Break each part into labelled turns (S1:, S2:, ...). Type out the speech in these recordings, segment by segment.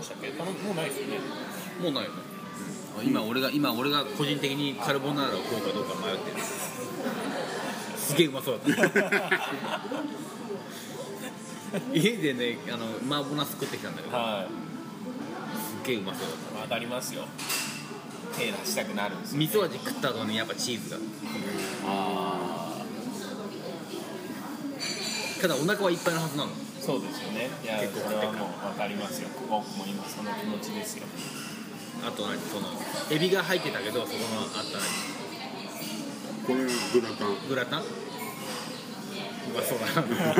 S1: したっけ頼むもうないです よね
S2: もうないよねあ今俺が今俺が個人的にカルボナーラを食おうかどうか迷ってるすげえうまそうだった 家でねあのマーボナス作ってきたんだけど
S1: はい
S2: すっげえうまそうだっ
S1: 当たりますよ手出したくなるんです
S2: た味噌味食った後にやっぱチーズが
S1: あ
S2: ただお腹はいっぱいのはずなの
S1: あそうですよねいや
S2: 結構
S1: それはもう分かりますよ僕も今その気持ち ですよ
S2: あと何そのエビが入ってたけどそこのあった何
S3: これがグラタン
S2: グラタンうまそう だな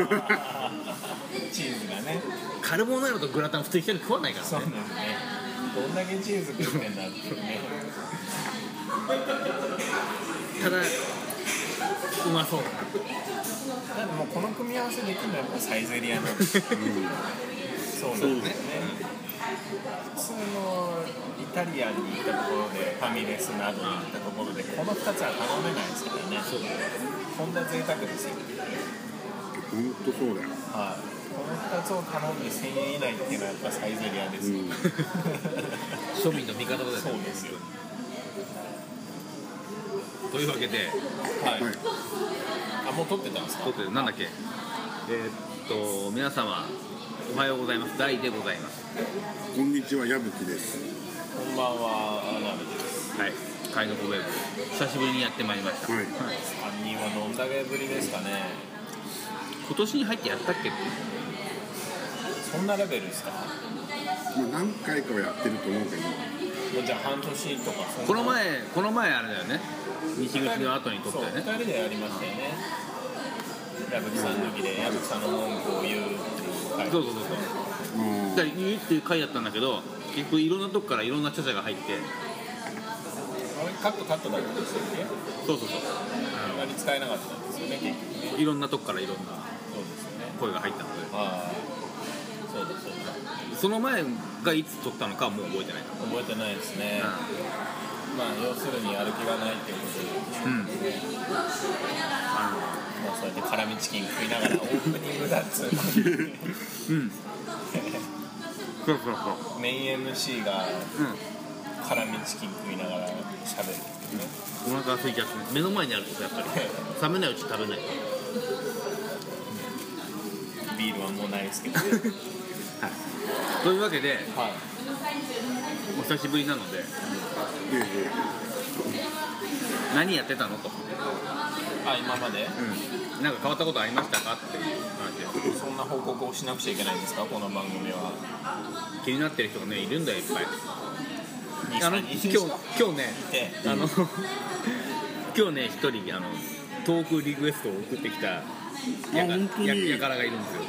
S1: チーズがね
S2: カルボナーラとグラタン普通一人食わないから
S1: そうですねどんだけチーズ食ってんだっていうね
S2: ただうまそうだな
S1: なんでもうこの組み合わせできるのはやっぱサイゼリアなんですよ、そうなんですね普通のイタリアンに行ったところでファミレスなどに行ったところでこの2つは頼めないですからねこんな贅沢ですよ
S3: ほんとそうだよ
S1: はいこの2つを頼んで1000円以内っていうのはやっぱサイゼリアですよ、
S3: うん
S2: 庶民の味方だよね
S1: そうですよ
S2: というわけで
S1: はい、
S3: はい
S1: あもう撮ってたんですか
S2: ということでなんだっけえーっと皆様おはようございます大でございます
S3: こんにちは矢吹です
S1: こんばんはアナベです
S2: はい海のウェブ久しぶりにやってまいりました、
S3: はい
S1: 3人はどんだけぶりですかね
S2: 今年に入ってやったっけって
S1: そんなレベルですか
S3: まあ何回かはやってると思うけど
S1: もうじゃあ半年とかそんな
S2: この前この前あれだよね西口の後に撮った
S1: そう
S2: よ
S1: 2
S2: ね
S1: 人でやりましたよね矢吹さんの時で矢吹さんの文句を言うっていう回
S2: そうそうそうそう
S3: うん
S2: だから言うっていう回だったんだけど結局いろんなとこからいろんな著者が入って
S1: あれカットカットだったんですよね
S2: そうそう
S1: あんまり使えなかったんですよね結局ね
S2: そういろんなとこからいろん
S1: そ
S2: な
S1: うですよね
S2: 声が入ったので
S1: ああそうですそうです
S2: その前がいつ撮ったのかはもう覚えてない
S1: 覚えてないですねまあ要するにやる気がないっていうことで、
S2: うん、うん、あの
S1: まあ、そうやって辛味チキン食いながらオープニングだっつうの に
S2: うん。そうそうそう。
S1: メイン MC が
S2: う
S1: 辛味チキン食いながら喋るっていうね
S2: ん。お腹空いちゃって目の前にあるでしょやっぱり。冷めないうち食べない。
S1: ビールはもうないですけ ど、ね、
S2: というわけで
S1: はい
S2: お久しぶりなので
S3: いえいえ
S2: 何やってたのと。
S1: あ今まで
S2: うん。なんか変わったことありましたかっていう話で
S1: そんな報告をしなくちゃいけないんですかこの番組は
S2: す。気になってる人がねいるんだよいっぱい。あ
S1: 23
S2: の今
S1: 人し
S2: 日
S1: か
S2: 今日ね
S1: え
S2: あの今日ね一人あのトークリクエストを送ってきた。やか
S3: 本当に
S2: ややからがいるんですよ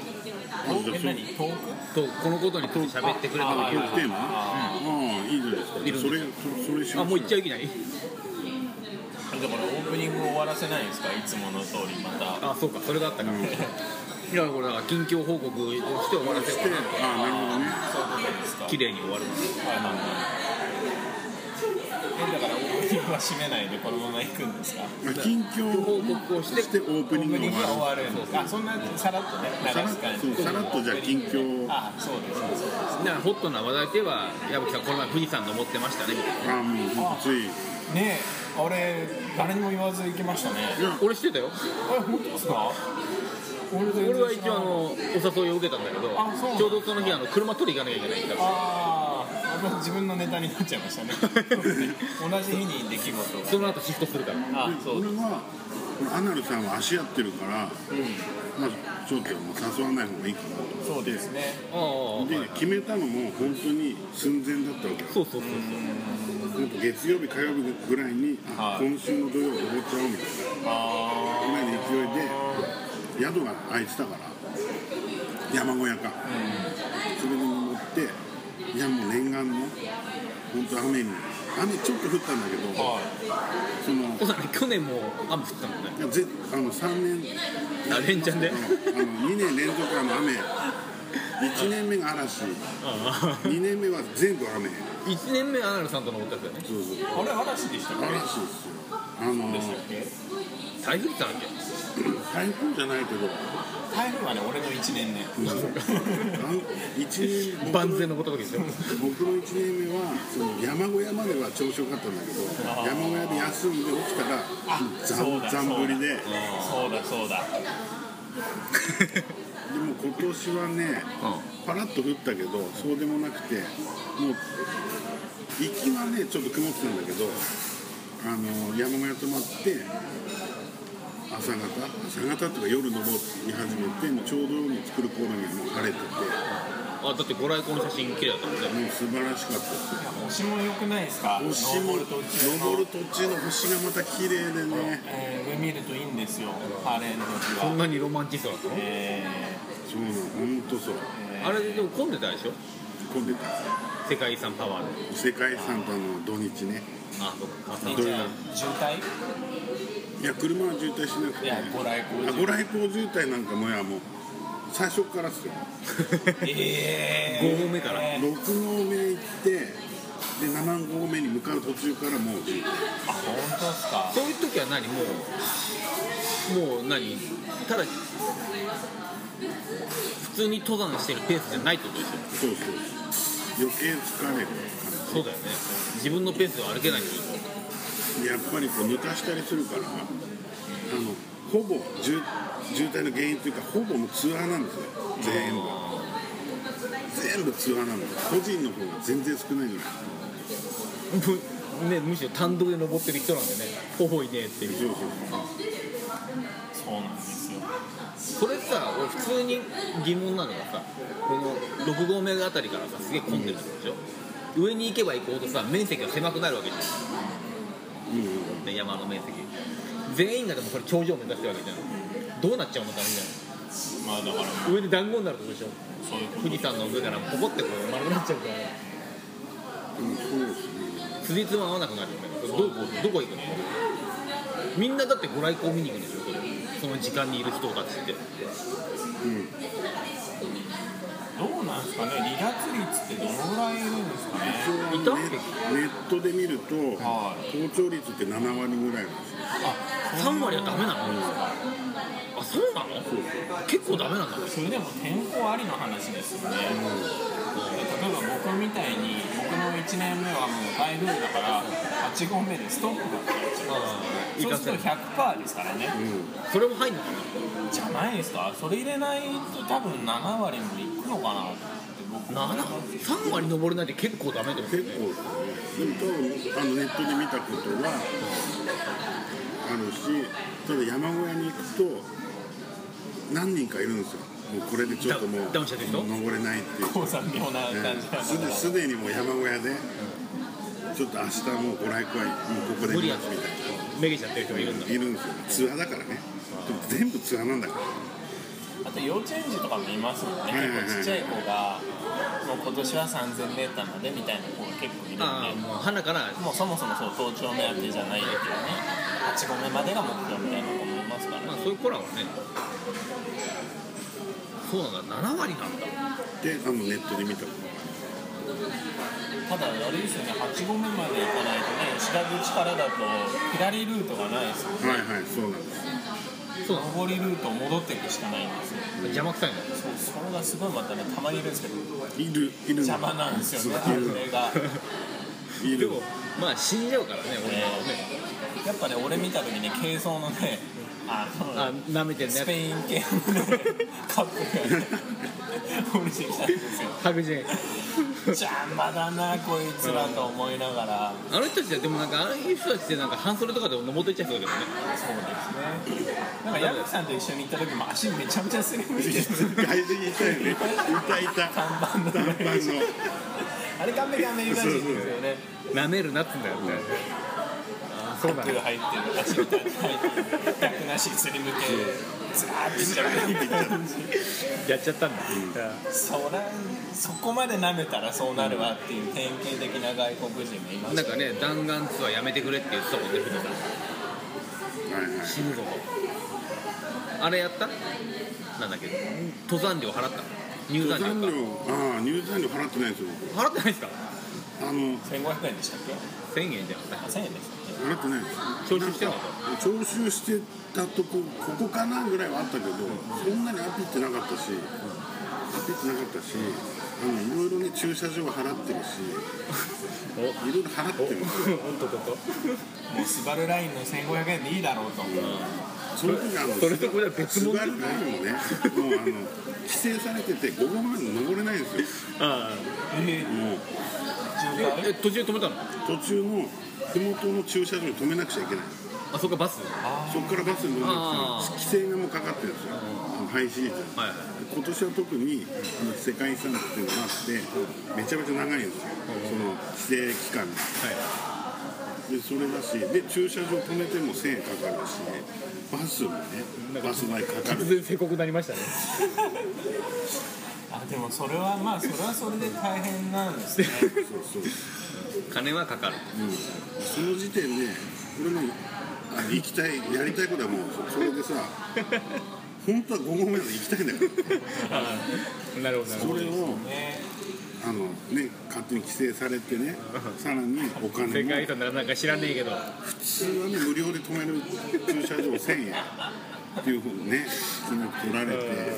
S3: あ
S1: え
S3: じゃあそう
S1: 何トーク
S2: とこのことについて喋ってくれた
S1: あ
S2: の
S1: あ
S2: が
S3: トークテーマ
S1: あ
S3: ああいいじゃないですか
S2: いるんです
S3: それそそれしましょ
S2: あもう行っちゃいけない
S1: ーだからオープニングを終わらせないんですかいつもの通りまた
S2: あそうかそれがあったから、
S3: うん
S2: いやこれだから近況報告をして終わらせ
S3: し
S2: よ
S3: て
S2: うかな
S3: ああなるほどね
S1: そういうことですか
S2: 綺麗に終わる
S1: はいはいはいえだからオープニングは閉めないでこのまま行くんですか
S3: まあ近況
S2: 報告をして
S3: してオー
S1: オ
S3: プニ
S1: ー
S3: ン
S1: プ
S3: グ
S1: ニング
S3: の終
S1: は終
S3: わ
S1: わるんですかあそんなさらっとね流
S3: さらっ
S1: す感じ
S3: そうさらっとじゃあ近況
S1: あそうですそうですそうです
S2: だからホットな話題といえば矢吹さんこの前富士山登ってましたねみたいな
S3: りああもうほんとつい
S1: ねえあれ誰にも言わず行きましたね
S2: 俺してたよ
S1: え本当ですか俺全然
S2: 俺は
S1: 知
S2: 一
S1: ら
S2: 応
S1: な
S2: あ
S1: かった
S2: のお誘いを受けたんだけど
S1: あそうなんだ
S2: ちょうどその日あの車取り行かなきゃいけないから
S1: ああ、自分のネタになっちゃいましたね。同じ日に出来事を。
S2: その後シフトするから
S1: あ
S3: で俺はこのアナルさんは足やってるからまあちょっともう誘わない方がいいかなと
S1: そうですね。
S2: ああああ
S3: で決めたのも本当に寸前だったわけよ
S2: そうそうそうそう
S3: なんか月曜日火曜日ぐらいに、
S1: は
S3: あ
S1: い
S3: 今週の土曜登っちゃおうみたい
S1: あ
S3: なぐらいの勢いで宿が空いてたから山小屋か、それに登っていやもう念願の本当雨に雨ちょっと降ったんだけ
S1: あ、
S3: ど
S1: は
S3: その
S2: そうだね去年も雨降ったもんね
S3: いやぜあの3年
S2: あ連チャンで
S3: あの2年連続あの雨1年目が嵐
S2: ああ
S3: 2年目は全部雨
S2: 1年目アナルさんと登ったやつだよね
S3: そうそう
S1: い。あれ嵐でしたっけ？
S3: 嵐ですよあの
S1: でしたっけ？
S2: 台風来たんけ
S3: 台風じゃないけど
S1: 台風はね俺の1年目
S3: うん、あの一年僕
S2: 万
S3: の
S2: 全のことだけですよ
S3: 僕の1年目はその山小屋までは調子よかったんだけど山小屋で休んで起きたら
S1: あ
S3: ざ
S1: そうんだ
S3: ざんぶりでで
S1: そうだそうだ
S3: も今年はねパラッと降ったけどそうでもなくてもう行きはねちょっと曇ってたんだけどあの山小屋泊まって朝方朝方とか夜登り始めてもうちょうど夜に作る頃にはもう晴れてても
S2: あだってご来光の写真綺麗だったもんね
S3: う素晴らしかったです
S1: 星も良くないですか
S3: 星も
S1: 登る途中の
S3: 登る途中の星がまた綺麗でね
S1: えー上見るといいんですよ晴れの時
S2: そん
S1: は
S2: なにロマンチストだったの
S1: え
S3: そうなの本当そう
S2: あれでも混んでたでしょ
S3: 混んでた
S2: 世界遺産パワーで
S3: 世界遺産とあの土日ね
S2: あそっかま
S1: ー
S2: あ
S1: えじゃあ渋滞
S3: いや車は渋滞しなく
S1: い
S3: て
S1: やご来
S3: あ
S1: 光
S3: ご来光渋滞なんかもやもう最初からっすよ
S1: え
S2: 5合目から
S1: え
S3: 6合目行ってで7合目に向かう途中からもう渋滞
S1: ーあ本当ですか
S2: そういう時は何もうもう何ただ普通に登山してるペースじゃないってことでしょ
S3: そうそう余計疲れる
S2: そうだよね自分のペースでは歩けないってこ
S3: やっぱりこう抜かしたりするからあのほぼ渋渋滞の原因というかほぼもうツアーなんですよ全部全部ツアーなんです個人の方が全然少ないぐらい
S2: とむ ねむしろ単独で登ってる人なんでねほいねっていう
S3: そうそう
S1: そうなんですよ
S2: それさ俺普通に疑問なのがさこの6合目あたりからさすげえ混んでるってことでしょ、上に行けば行くほどさ面積が狭くなるわけじゃ
S3: うんうん
S2: ん、ね、山の面積全員がでもこれ頂上を目指してるわけじゃんどうなっちゃうのかみたい
S1: まあだから
S2: な上で団子になるってことでしょ
S1: そういうこと
S2: 富士山の上からポコってこう丸くなっちゃうから
S3: うんそうですね
S2: 辻褄合わなくなるよねどこどこ行くのみんなだってご来光見に行くんでしょそれその時間にいる人たちって
S3: うん
S1: どうなんですかね離脱率ってどのぐらいいるんですかね
S2: いた
S3: ネネットで見ると
S1: は
S3: 登頂率って7割ぐらいなんですよ
S2: 3割はダメなの、あそうなの結構ダメなんだね
S1: それでも天候ありの話ですよね、例えば僕みたいに僕の1年目はもう台風だから8合目でストップが
S2: い
S1: そう
S2: か
S1: す
S2: せ
S1: ると100%ですからね
S2: それも入んのか
S1: じゃないですかそれ入れないと多分7割もいくのかなって僕
S2: な
S1: は
S2: 3割登れないって結構ダメだよ
S3: 結構ですねでも多分あのネットで見たことはあるしただ山小屋に行くと何人かいるんですよもうこれでちょっともう
S2: ダウンしてる人
S3: 登れないっていう
S1: こうさ妙な感じだ
S3: すで
S1: か
S3: すでにもう山小屋でちょっと明日もうご来光はもうここで
S2: 無理
S3: 見
S2: や
S3: ま
S2: と
S3: すみたい
S2: めげちゃってる人もいるんだ
S3: ないるんですよツアーだからねでも全部ツアーなんだから
S1: らあと幼稚園児とかもいますもんね
S3: はいはいはい
S1: 結構ちっちゃい子がもう今年は 3000m までみたいな子が結構いるんで
S2: ああもう花から
S1: もうそもそもそう登頂目当てじゃないんだけどね8合目までが目標みたいな子もいますから
S2: まあそういう子らはねそうなんだ7割なんだ
S3: であのネットで見たこと
S1: ただあれですよね8合目まで行かないとね白口からだと左ルートがないですよ
S3: はいはいそうなんです
S2: そうなんだ
S1: 上りルートを戻っていくしかないんですよ
S2: 邪魔くさいんだ
S1: そうそれがすごいまたねたまにいるんですけど
S3: いるいる
S1: 邪魔なんですよねあ
S3: そうい
S1: れ
S3: る
S1: が
S2: で
S3: いる
S2: もまあ死んじゃうからね俺らはね
S1: やっぱね俺見た時に軽装のねあの
S2: あ舐めてるね
S1: スペイン系のねカップがね降りてきたんですよ
S2: 白人
S1: 邪魔だなこいつらと思いながら
S2: あの人たちはでもなんかああいう人たちってなんか半袖とかでも登っていっちゃいそうだけどね
S1: そうですね。なんか矢吹さんと一緒に行った時も足めちゃめちゃすりむいてる。
S3: 外人いたよねいたいた
S1: 看板の
S3: 短パンの
S1: あれ完璧アメリカ人ですよね。
S2: 舐めるなっつうんだよねあーそうだ
S1: 手
S2: ね
S1: が入ってる、足みたいに入ってる。逆なしすりむけ。ずらーってしちゃう感じ。
S2: やっちゃったんだ、
S1: そら、そこまで舐めたらそうなるわっていう典型的な外国人もいます。
S2: なんかね弾丸ツアーやめてくれって言ってたもんね藤田さん
S3: はいはい
S2: 死ぬぞとあれやったなんだっけ登山料払った入
S3: 登
S2: 山
S3: 山
S2: 料
S3: 料ああ入山料払ってないんですよ
S2: か払ってないですか
S3: あの
S1: 1500円でしたっけ
S2: 1000円じゃな かった
S1: あ1000円でしたっ
S3: あれってね
S2: 徴収してなかっ
S3: 徴収してたとこここかなぐらいはあったけど、そんなにアピってなかったし、アピってなかったしあのいろいろね駐車場は払ってるし
S2: たお
S3: いろいろ払ってる
S2: 本当こと
S1: けもうスバルラインの1500円でいいだろうと、
S3: その時あの
S2: それとこれは別物
S3: スバルラインもねもうあの規制されてて午後まで登れないんです
S2: あ
S1: え
S3: よもう
S1: ー渋
S2: あえ
S1: 滞
S2: 途中で止めたの
S3: 途中の麓の駐車場に止めなくちゃいけない
S2: あそっかバス
S1: あ
S3: そこからバスに乗る
S2: あー
S3: 規制がもうかかってるんですよ、あの廃止率
S2: はいはい
S3: 今年は特にあの世界遺産っていうのがあってめちゃめちゃ長いんですよ、その規制期間がでそれだしで駐車場止めても1000円かかるしねバスもねバス代かか
S2: 突
S3: る
S2: 然正確になりましたね
S1: あでもそれはまあそれはそれで大変なんですね
S3: そうそう
S2: 金はかかる
S3: その時点で俺のあの行きたいやりたいことはもうそれ でさ本当は5合目まで行きたいんだから
S2: なるほどなる
S3: それを
S1: ね
S3: あのね勝手に規制され てねさらにお金も
S2: 世界遺産ならなんか知らねえけど
S3: 普通はね無料で止める駐車場1000円っていうふうにね金額取られて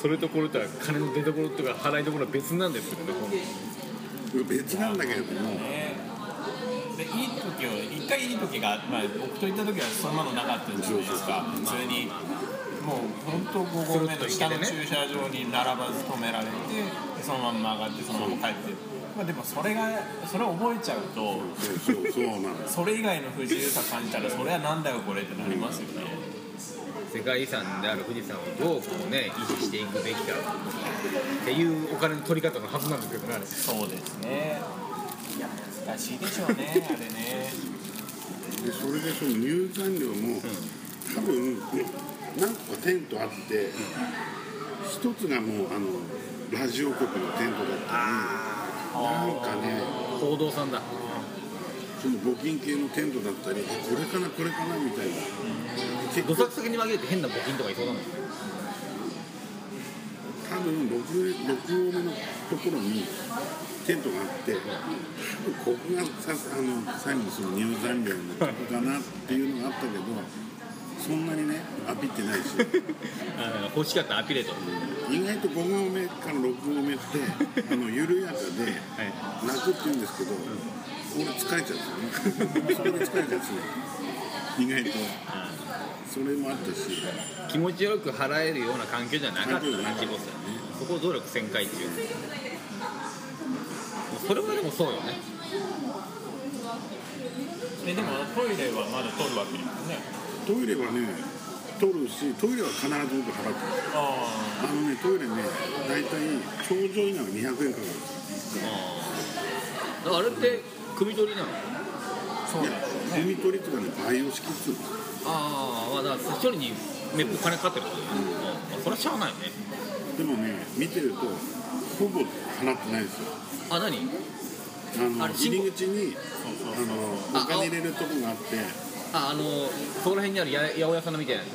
S2: それとこれとは金の出所とか払い所は別なんですよね
S3: 別なんだけれども
S1: ねでいい時を一回いい時が、まあ、僕と行った時はそんなのなかったじゃないですか普通にもう本当5合目の下の駐車場に並ばず止められてでそのまんま上がってそのまま帰って、まあ、でもそれがそれを覚えちゃうと
S3: そうそうそうなの
S1: それ以外の不自由さ感じたらそれはなんだよこれってなりますよね、
S2: 世界遺産である富士山をどうこうね維持していくべきかっていうお金の取り方のはずなんですけどねあれ
S1: そうですねいや難しいでしょうねあれね
S3: でそれでその入山料も多分何個かテントあって一つがもうあのラジオ局のテントだったりなんかね
S2: 報道さんだ
S3: その募金系のテントだったりあこれかなこれかなみたいな結
S2: ど
S3: 構
S2: さくさくに紛れて変な募金とかいそうなんですね
S3: 多分6合目のところにテントがあって多分ここがさあの最後のその入山料のとこかなっていうのがあったけどそんなにねアピってないし
S2: あー欲しかったアピレート
S3: 意外と5合目から6合目ってあの緩やかで
S2: はい
S3: 楽って言うんですけど俺疲れちゃうんですよねそこで疲れちゃうんですよ意外とそれもあったし
S2: 気持ちよく払えるような環境じゃなかったな
S3: 環境じゃなかった
S2: 自己さそこを努力せんかいっていうもうそれはでもそうよね
S1: ででもトイレはまだ取るわけですね
S3: トイレはね取るしトイレは必ず僕払ってる
S1: あ
S3: あのね、トイレね、大体頂上以内は200円かかるんですよ。
S2: だからあれって組取りなの
S1: あそう
S3: い
S1: で
S3: や
S1: すよ、ね
S3: 踏み取りとかね、培養式っつうの。
S2: ああまあだから一人にめっぽ金かかってることだよね、あそれはしゃあないよね
S3: でもね、見てると、ほぼ払ってないですよ。
S2: あ何
S3: あの、
S2: あれ信号
S3: 入り口に、あの、
S2: あ
S3: お金入れるとこがあって、
S2: ああのそこら辺にあるや八百屋さんのみたいなやつ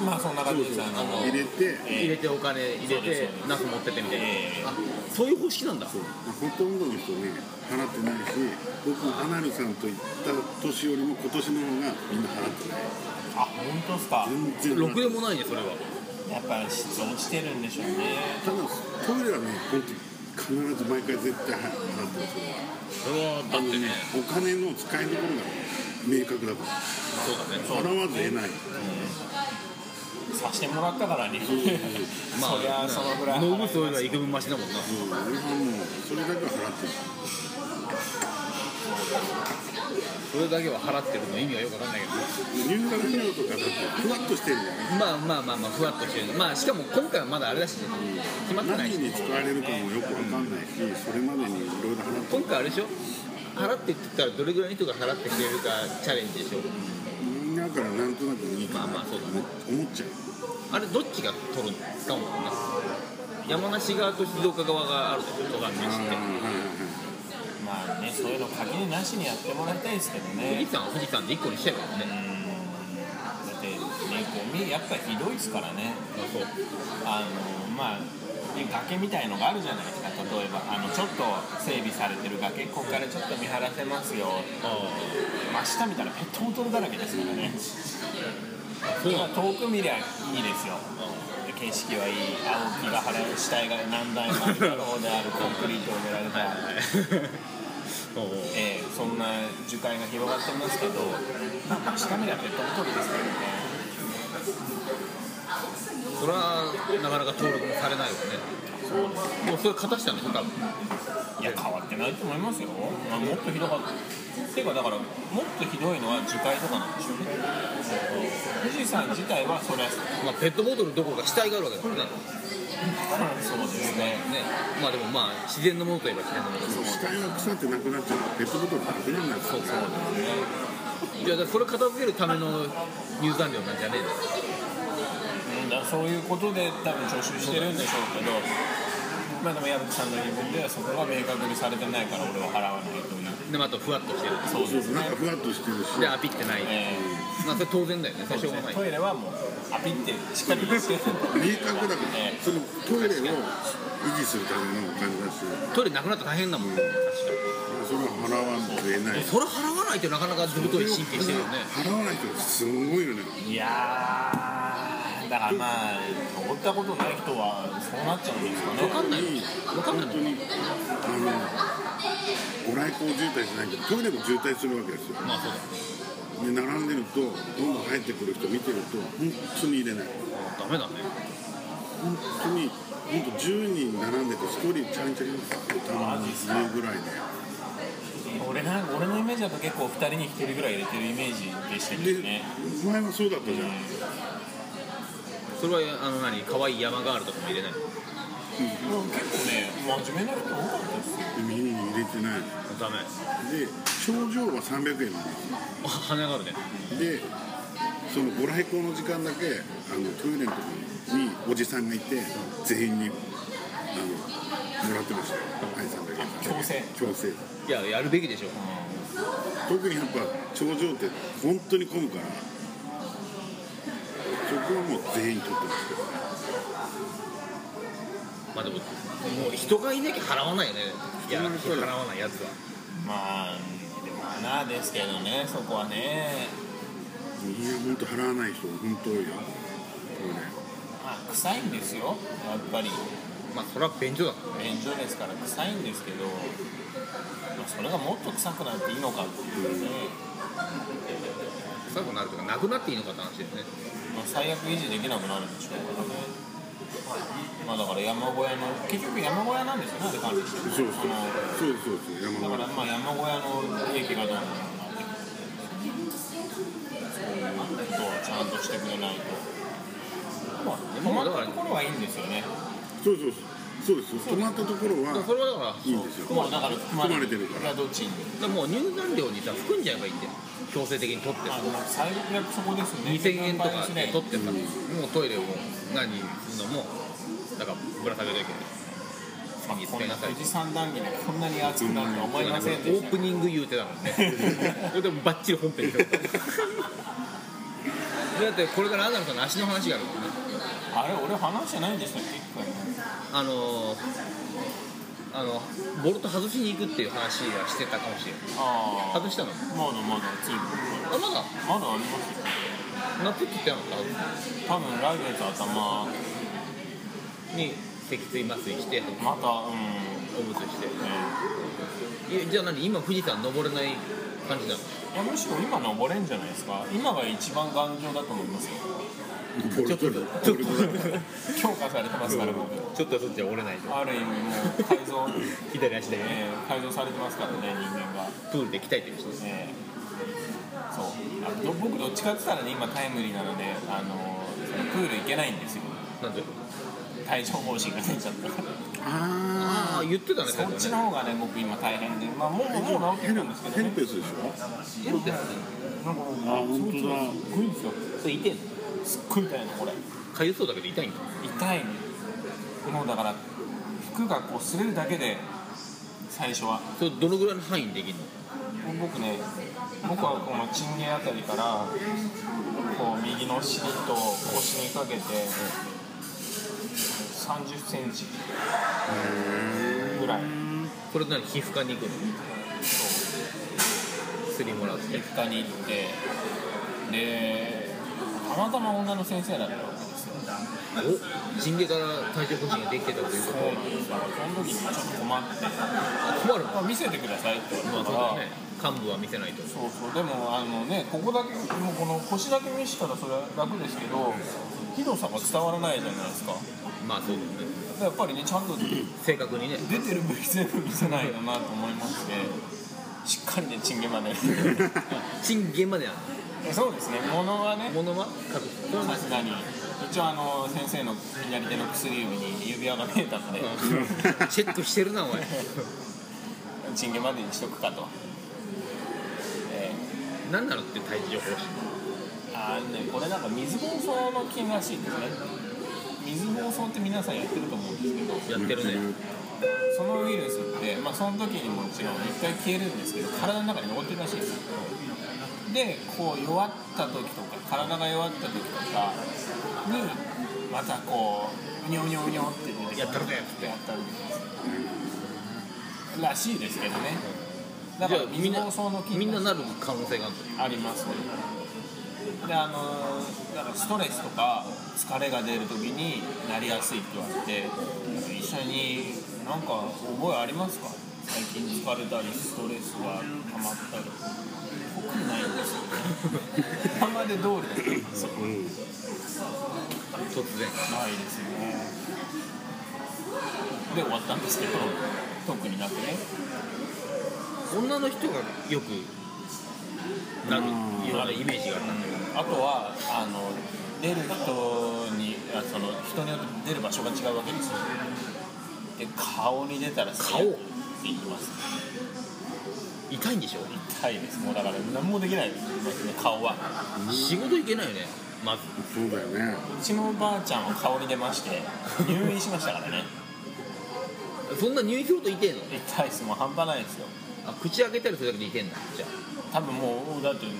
S1: まあそんな感じですあの
S3: 入れて、
S2: 入れてお金入れ
S1: そうですそ
S2: て
S1: うです
S2: ナス持ってってみたいな、
S1: ええ
S2: あそういう方式なんだ
S3: ほとんどの人ね、払ってないし、僕もアナルさんと行った年よりも今年の方がみんな払ってない。
S1: あ本当ですか
S3: 全然
S2: ろく
S3: 払って
S2: でも
S3: ない。
S2: ないねそれは
S1: やっぱ質落ちてるんでしょうね
S3: ただ、トイレはね、本当に必ず毎回絶対払ってるんですよ。
S2: それはだ
S3: あのね、お金の使いどころが明確だから。
S2: そうだね
S3: 払わず得ない、
S1: さしてもらったからにそりゃそのぐらい
S2: ノーブスよりは
S1: 払い
S2: 幾分マシだもんな
S3: うん、俺はもうそれだけは払ってる
S2: それだけは払ってるの意味はよくわかんないけど
S3: 入学料とかだってふわっとしてるじゃん
S2: まあまあまあまあふわっとしてるまあしかも今回はまだあれだし決まってない
S3: 何
S2: し
S3: に使われるかもよくわかんないし、それまでにいろいろ払って
S2: 今回あれでしょ払ってって言ったらどれぐらいの人が払ってくれるかチャレンジでしょ
S3: みんなからなんとなくいいか
S2: まあまあ
S3: なっ
S2: そ
S3: て
S2: うだ
S3: 思っちゃう
S2: あれどっちが取るんですかもんね山梨側と静岡側があるでしょ戸
S3: あ
S2: 隠
S3: あ
S2: 市っ
S3: はいは
S2: て
S3: い
S1: まあねそういうの限りなしにやってもらいたいですけど
S2: 富
S1: ね
S2: 士山は富士山で1個にしちゃえばいいもん
S1: う
S2: ね
S1: んだってねゴミやっぱひどいですからね
S2: そう
S1: あのまあで崖みたいのがあるじゃないですか例えばあのちょっと整備されてる崖ここからちょっと見晴らせますよ真下見たらペットボトルだらけですからね
S2: そうなの
S1: 遠く見りゃいいですよで景色はいい青木が晴れ死体が何台もあるだろうであるコンクリートを埋められ
S2: はい
S1: た
S2: はいおう
S1: ええそんな樹海が広がってますけど、まあ、まあ下見りゃペットボトルですからね
S2: それはなかなか登録もされないよねもうそれ勝たしたんでしょ多分
S1: いや変わってないと思いますよ、まあ、もっとひどかったていうかだからもっとひどいのは樹海とかなんでしょうね富士山自体はそれは
S2: まあ、ペットボトルどころか死体があるわけだからね
S1: そうですね
S2: ねまあでもまあ自然のものといえば自然のもの
S3: そう死体が腐ってなくなっちゃうとペットボトルなくなるんだからね
S2: いやだからそれ片付けるための入山料なんじゃねえの
S1: うんだからそういうことで多分徴収してるんでしょうけどまあでも矢吹さんの言い分ではそこが明確にされてないから俺は払わないという
S2: でまああとふわっとしてる
S1: そう
S3: そう
S1: で
S3: そ
S1: す
S3: う
S1: ね
S3: なんかふわっとしてるし
S2: でアピってない
S1: え
S2: まあそれ当然だよね
S1: え
S2: 最初はない
S1: トイレはもうアピってしっかりしてる
S3: 明確だから
S1: え
S3: そのトイレを維持するためのお金だし
S2: トイレなくなったら大変だもん確か
S3: それは払わんと得ない
S2: にそれ払わないとなかなかずぶとい神経してるよね
S3: 払わないとすごいよね
S1: いやーだからまあ登ったことない人はそうなっちゃうんですかね
S2: わかんない
S3: いい
S2: わかんない
S3: 本当にあのご来光渋滞しないけどトイレも渋滞するわけですよ
S2: まあそうだ
S3: で並んでるとどんどん入ってくる人見てると本当に入れない
S2: ダメだね
S3: 本当に本当10人並んでて1人チャリンチャリンってたまに言うぐらいで
S1: 俺なんか俺のイメージだと結構2人に1人ぐらい入れてるイメージでしたけど
S3: で
S1: ね
S3: 前はそうだったじゃん
S2: それはあの何可愛い山ガールとかも入れない
S1: もう結構ね真面目な人多かったですよ
S3: で耳に入れてない
S2: ダメ
S3: で症状は300円なんで
S2: あ鼻があるね
S3: すでそのご来光の時間だけあのトイレのところにおじさんがいて全員にあのもらってましたよはい300円
S1: 強制
S3: 強制
S2: いややるべきでしょ
S3: 特にやっぱ頂上って本当に混むからそこはもう全員取ってますけど
S2: まあでももう人がいなきゃ払わないよねいや
S3: 人がいなきゃ
S2: 払わないやつは
S1: まあでもなですけどねそこはね
S3: いや本当払わない人本当多いよ
S1: まあ臭いんですよやっぱり
S2: まあそれは便所だから
S1: 便所ですから臭いんですけど、まあ、それがもっと臭くなっていいのかっていうね、
S2: 臭くなるとかなくなっていいのかって話だよね
S1: まあ、最悪維持できなくなるんでしょうからねまあだから山小屋の結局山小屋なんですよねあれ管理してる
S3: そうそう
S1: あの
S3: そうですそうです山
S1: だから
S3: 村
S1: まあ山小屋の利益がどうなのかなってそういうことをちゃんとしてくれないと。まあ、泊まったところはいいんですよね。
S3: そうそうそうそうです泊まったところ
S2: だから
S3: は
S2: それはだから
S3: いいんですよ
S1: まあ、だから含
S3: 含まれてるから
S1: 宿賃に。
S2: だからもう入山料にさ含んじゃえばいいんだよ強制的に取って
S1: まあ、
S2: さ
S1: なんか最悪そこですよね。
S2: 2000円とかで取ってさ、
S3: うん
S2: もうトイレを何するのもだからぶら下げるだけ
S1: まあ、
S2: に
S1: こん
S2: 使い
S1: な
S2: なさい
S1: 富士山談義でこんなに熱くなるとは思いませんで
S2: オ
S1: し
S2: ー
S1: た
S2: プニング言うてたからねこれでもバッチリ本編にだってこれからアダムさんの足の話があるもんね
S1: あれ俺話してないんでしたっけ一回
S2: あのーあのボルト外しに行くっていう話はしてたかもしれない
S1: あ
S2: 外したの
S1: まだまだチーム
S2: あまだ
S1: まだありますよ
S2: 夏って言ってなかっ
S1: 多分来月頭
S2: たに脊椎麻酔して
S1: またうん
S2: おむつして
S1: ね
S2: えじゃあ何今富士山登れない感じなの
S1: いやむしろ今登れんじゃないですか今が一番頑丈だと思いますよ
S3: ボルト
S2: ちょっと
S3: ル
S1: 強化されてますから僕
S2: ちょっとそっちは折れないと
S1: ある意味もう改造、
S2: 左足で
S1: えー改造されてますからね人間が
S2: プールで鍛えてる人です
S1: ねそうあど僕どっちかって言ったらね今タイムリーなのであのプール行けないんですよ
S2: なんで
S1: 帯状疱疹が出ちゃったから
S3: あ
S2: ああ言ってたね
S1: そ
S2: 最
S1: っ
S2: 初
S1: ち
S2: ね
S1: の方がね僕今大変でまあもうもう治ってるんですけ
S3: あ
S1: ど
S3: ヘル
S1: ね
S3: ペスでしょ
S2: 言ってたね
S1: なんかもう
S3: あ本当だ
S1: すごいんですよ
S2: それ痛いの
S1: すっごい痛いのこれ
S2: かゆそうだけど痛いんだ
S1: 痛いもうだから服がこう擦れるだけで最初は
S2: それどのぐらいの範囲にできるの
S1: 僕ね僕はこのチンゲあたりからこう右の尻と腰にかけて3 30センチぐらい
S2: これ何皮膚科に行くの薬もらって
S1: 皮膚科に行ってでたまたま女の先生だったわけですよ
S2: お人間から体調不良ができてたという
S1: そ
S2: こ
S1: うなんですだからその時にちょっと困って
S2: と困る
S1: まあ見せてくださいって言われ
S2: まあ
S1: た
S2: そう
S1: か
S2: だ
S1: ら、
S2: よね幹部は見せないと
S1: そうそうでもあのねここだけもうこの腰だけ見したらそれは楽ですけどひどさが伝わらないじゃないですか
S2: まあそうだよね
S1: やっぱりねちゃんと
S2: 正確にね
S1: 出てる部位全部見せないとなと思いましてしっかりねチンゲまで
S2: チンゲンまでやんの
S1: そうですね物はね
S2: ものは書く
S1: さすがに一応あの先生の左手の薬指に指輪が見えたので、
S2: チェックしてるなお前
S1: チンゲまでにしとくかと、え
S2: 何なのって体調方針
S1: ーあーねこれなんか水疱瘡の菌らしいですね水疱瘡って皆さんやってると思うんですけど
S2: やってるね
S1: そのウイルスって、まあ、その時にもちろん一回消えるんですけど体の中に残ってるらしいんですよでこう弱った時とか体が弱った時とかにまたこううにょうにょうにょって出て
S2: やったるねっつって
S1: やったるねらしいですけどねだから
S2: み
S1: 水
S2: んな
S1: 疱瘡の菌
S2: みんななる可能性がある
S1: ありますねであのーだからストレスとか疲れが出るときになりやすいって言われて一緒になんか覚えありますか最近疲れたりストレスが溜まったり特にないんですよね今まで通りですないで
S2: 突然
S1: すよねで終わったんですけど特になくね
S2: 女の人がよくなるようなイメージがある
S1: あとはあの出る人にあその人によって出る場所が違うわけですよで顔に出たら最悪
S2: 顔
S1: って言います
S2: 痛いんでしょ
S1: 痛いですもうだから何もできないですね顔は
S2: 仕事行けないよねまず
S3: そうだよね
S1: うちのおばあちゃんは顔に出まして入院しましたからね
S2: そんな入院すると痛えの
S1: 痛いですもう半端ないですよ
S2: あ口開けたりするだけで痛えんだじゃ
S1: 多分もうだってね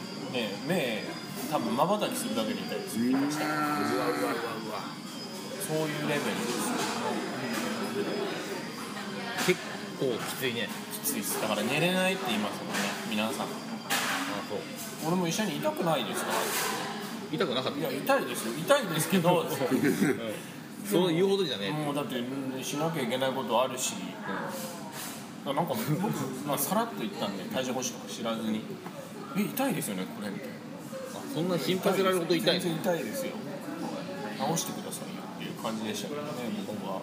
S1: 目多分まばたきするだけで痛いです
S3: みんな
S2: あうわうわうわうわ
S1: そういうレベルです
S2: 結構きついね
S1: きついですだから寝れないって言いますもんね皆さん
S2: あそう
S1: 俺も医者に痛くないですか
S2: 痛くなかっ
S1: いや痛いですよ痛いんですけど
S2: たそういうほどじゃね
S1: もうだってうんしなきゃいけないことあるし、だからなんか僕、まあ、さらっと言ったんで体調保証とか知らずに「え痛いですよねこれ」みたいな
S2: えそんな心配せられるほど痛
S1: 全
S2: い
S1: 然
S2: の
S1: 痛いですよ直してくださいよっていう感じでしたけどね僕は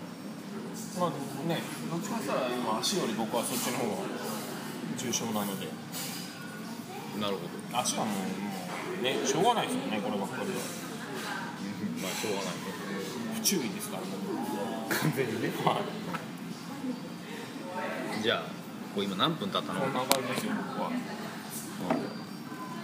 S1: まあねどっちかって言ったら今足より僕はそっちの方が重症なので
S2: なるほど
S1: 足はもうもうねしょうがないですよねこればっかりは
S2: まあしょうがないね
S1: 不注意ですからね
S2: 完全にね
S1: はい
S2: じゃあこれ今何分経ったの
S1: こんな感じですよ僕は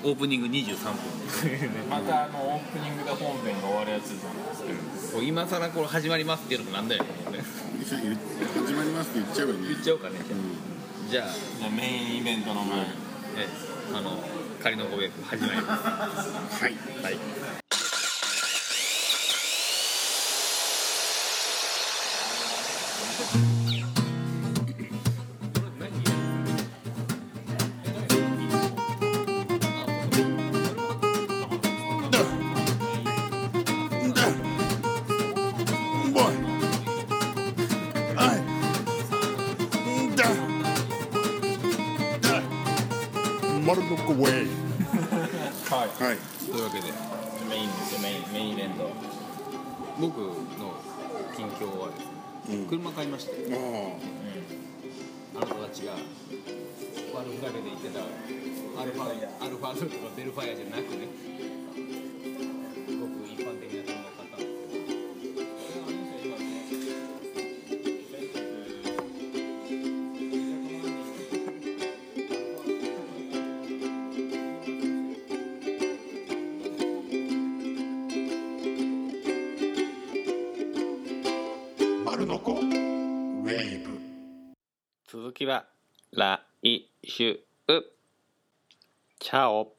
S2: オープニング23分
S1: またあのオープニングで本編が終わるやつじゃないですか
S2: これ今更これ始まりますっていうのもなんだよねもうね
S3: 始まりますって言っちゃえばいいね
S2: 言っちゃおうかねじゃあ
S1: じゃあメインイベントの前に
S2: えあの仮のご予約始まりま
S3: はい
S2: すはい
S3: んだんぼいあいんだだマルドックウェイ
S1: はい
S3: はい
S2: というわけで
S1: メインですよメインメインイベント
S2: 僕の近況はですね
S3: うん
S2: 車買いまして
S3: あ
S2: あの子たちが悪ふざけで言ってたアルファアルファードとかベルファイアじゃなくねすごく一般的な車を買ったんですけど
S3: あマルドックウェイブ
S4: 続きは来週チャオ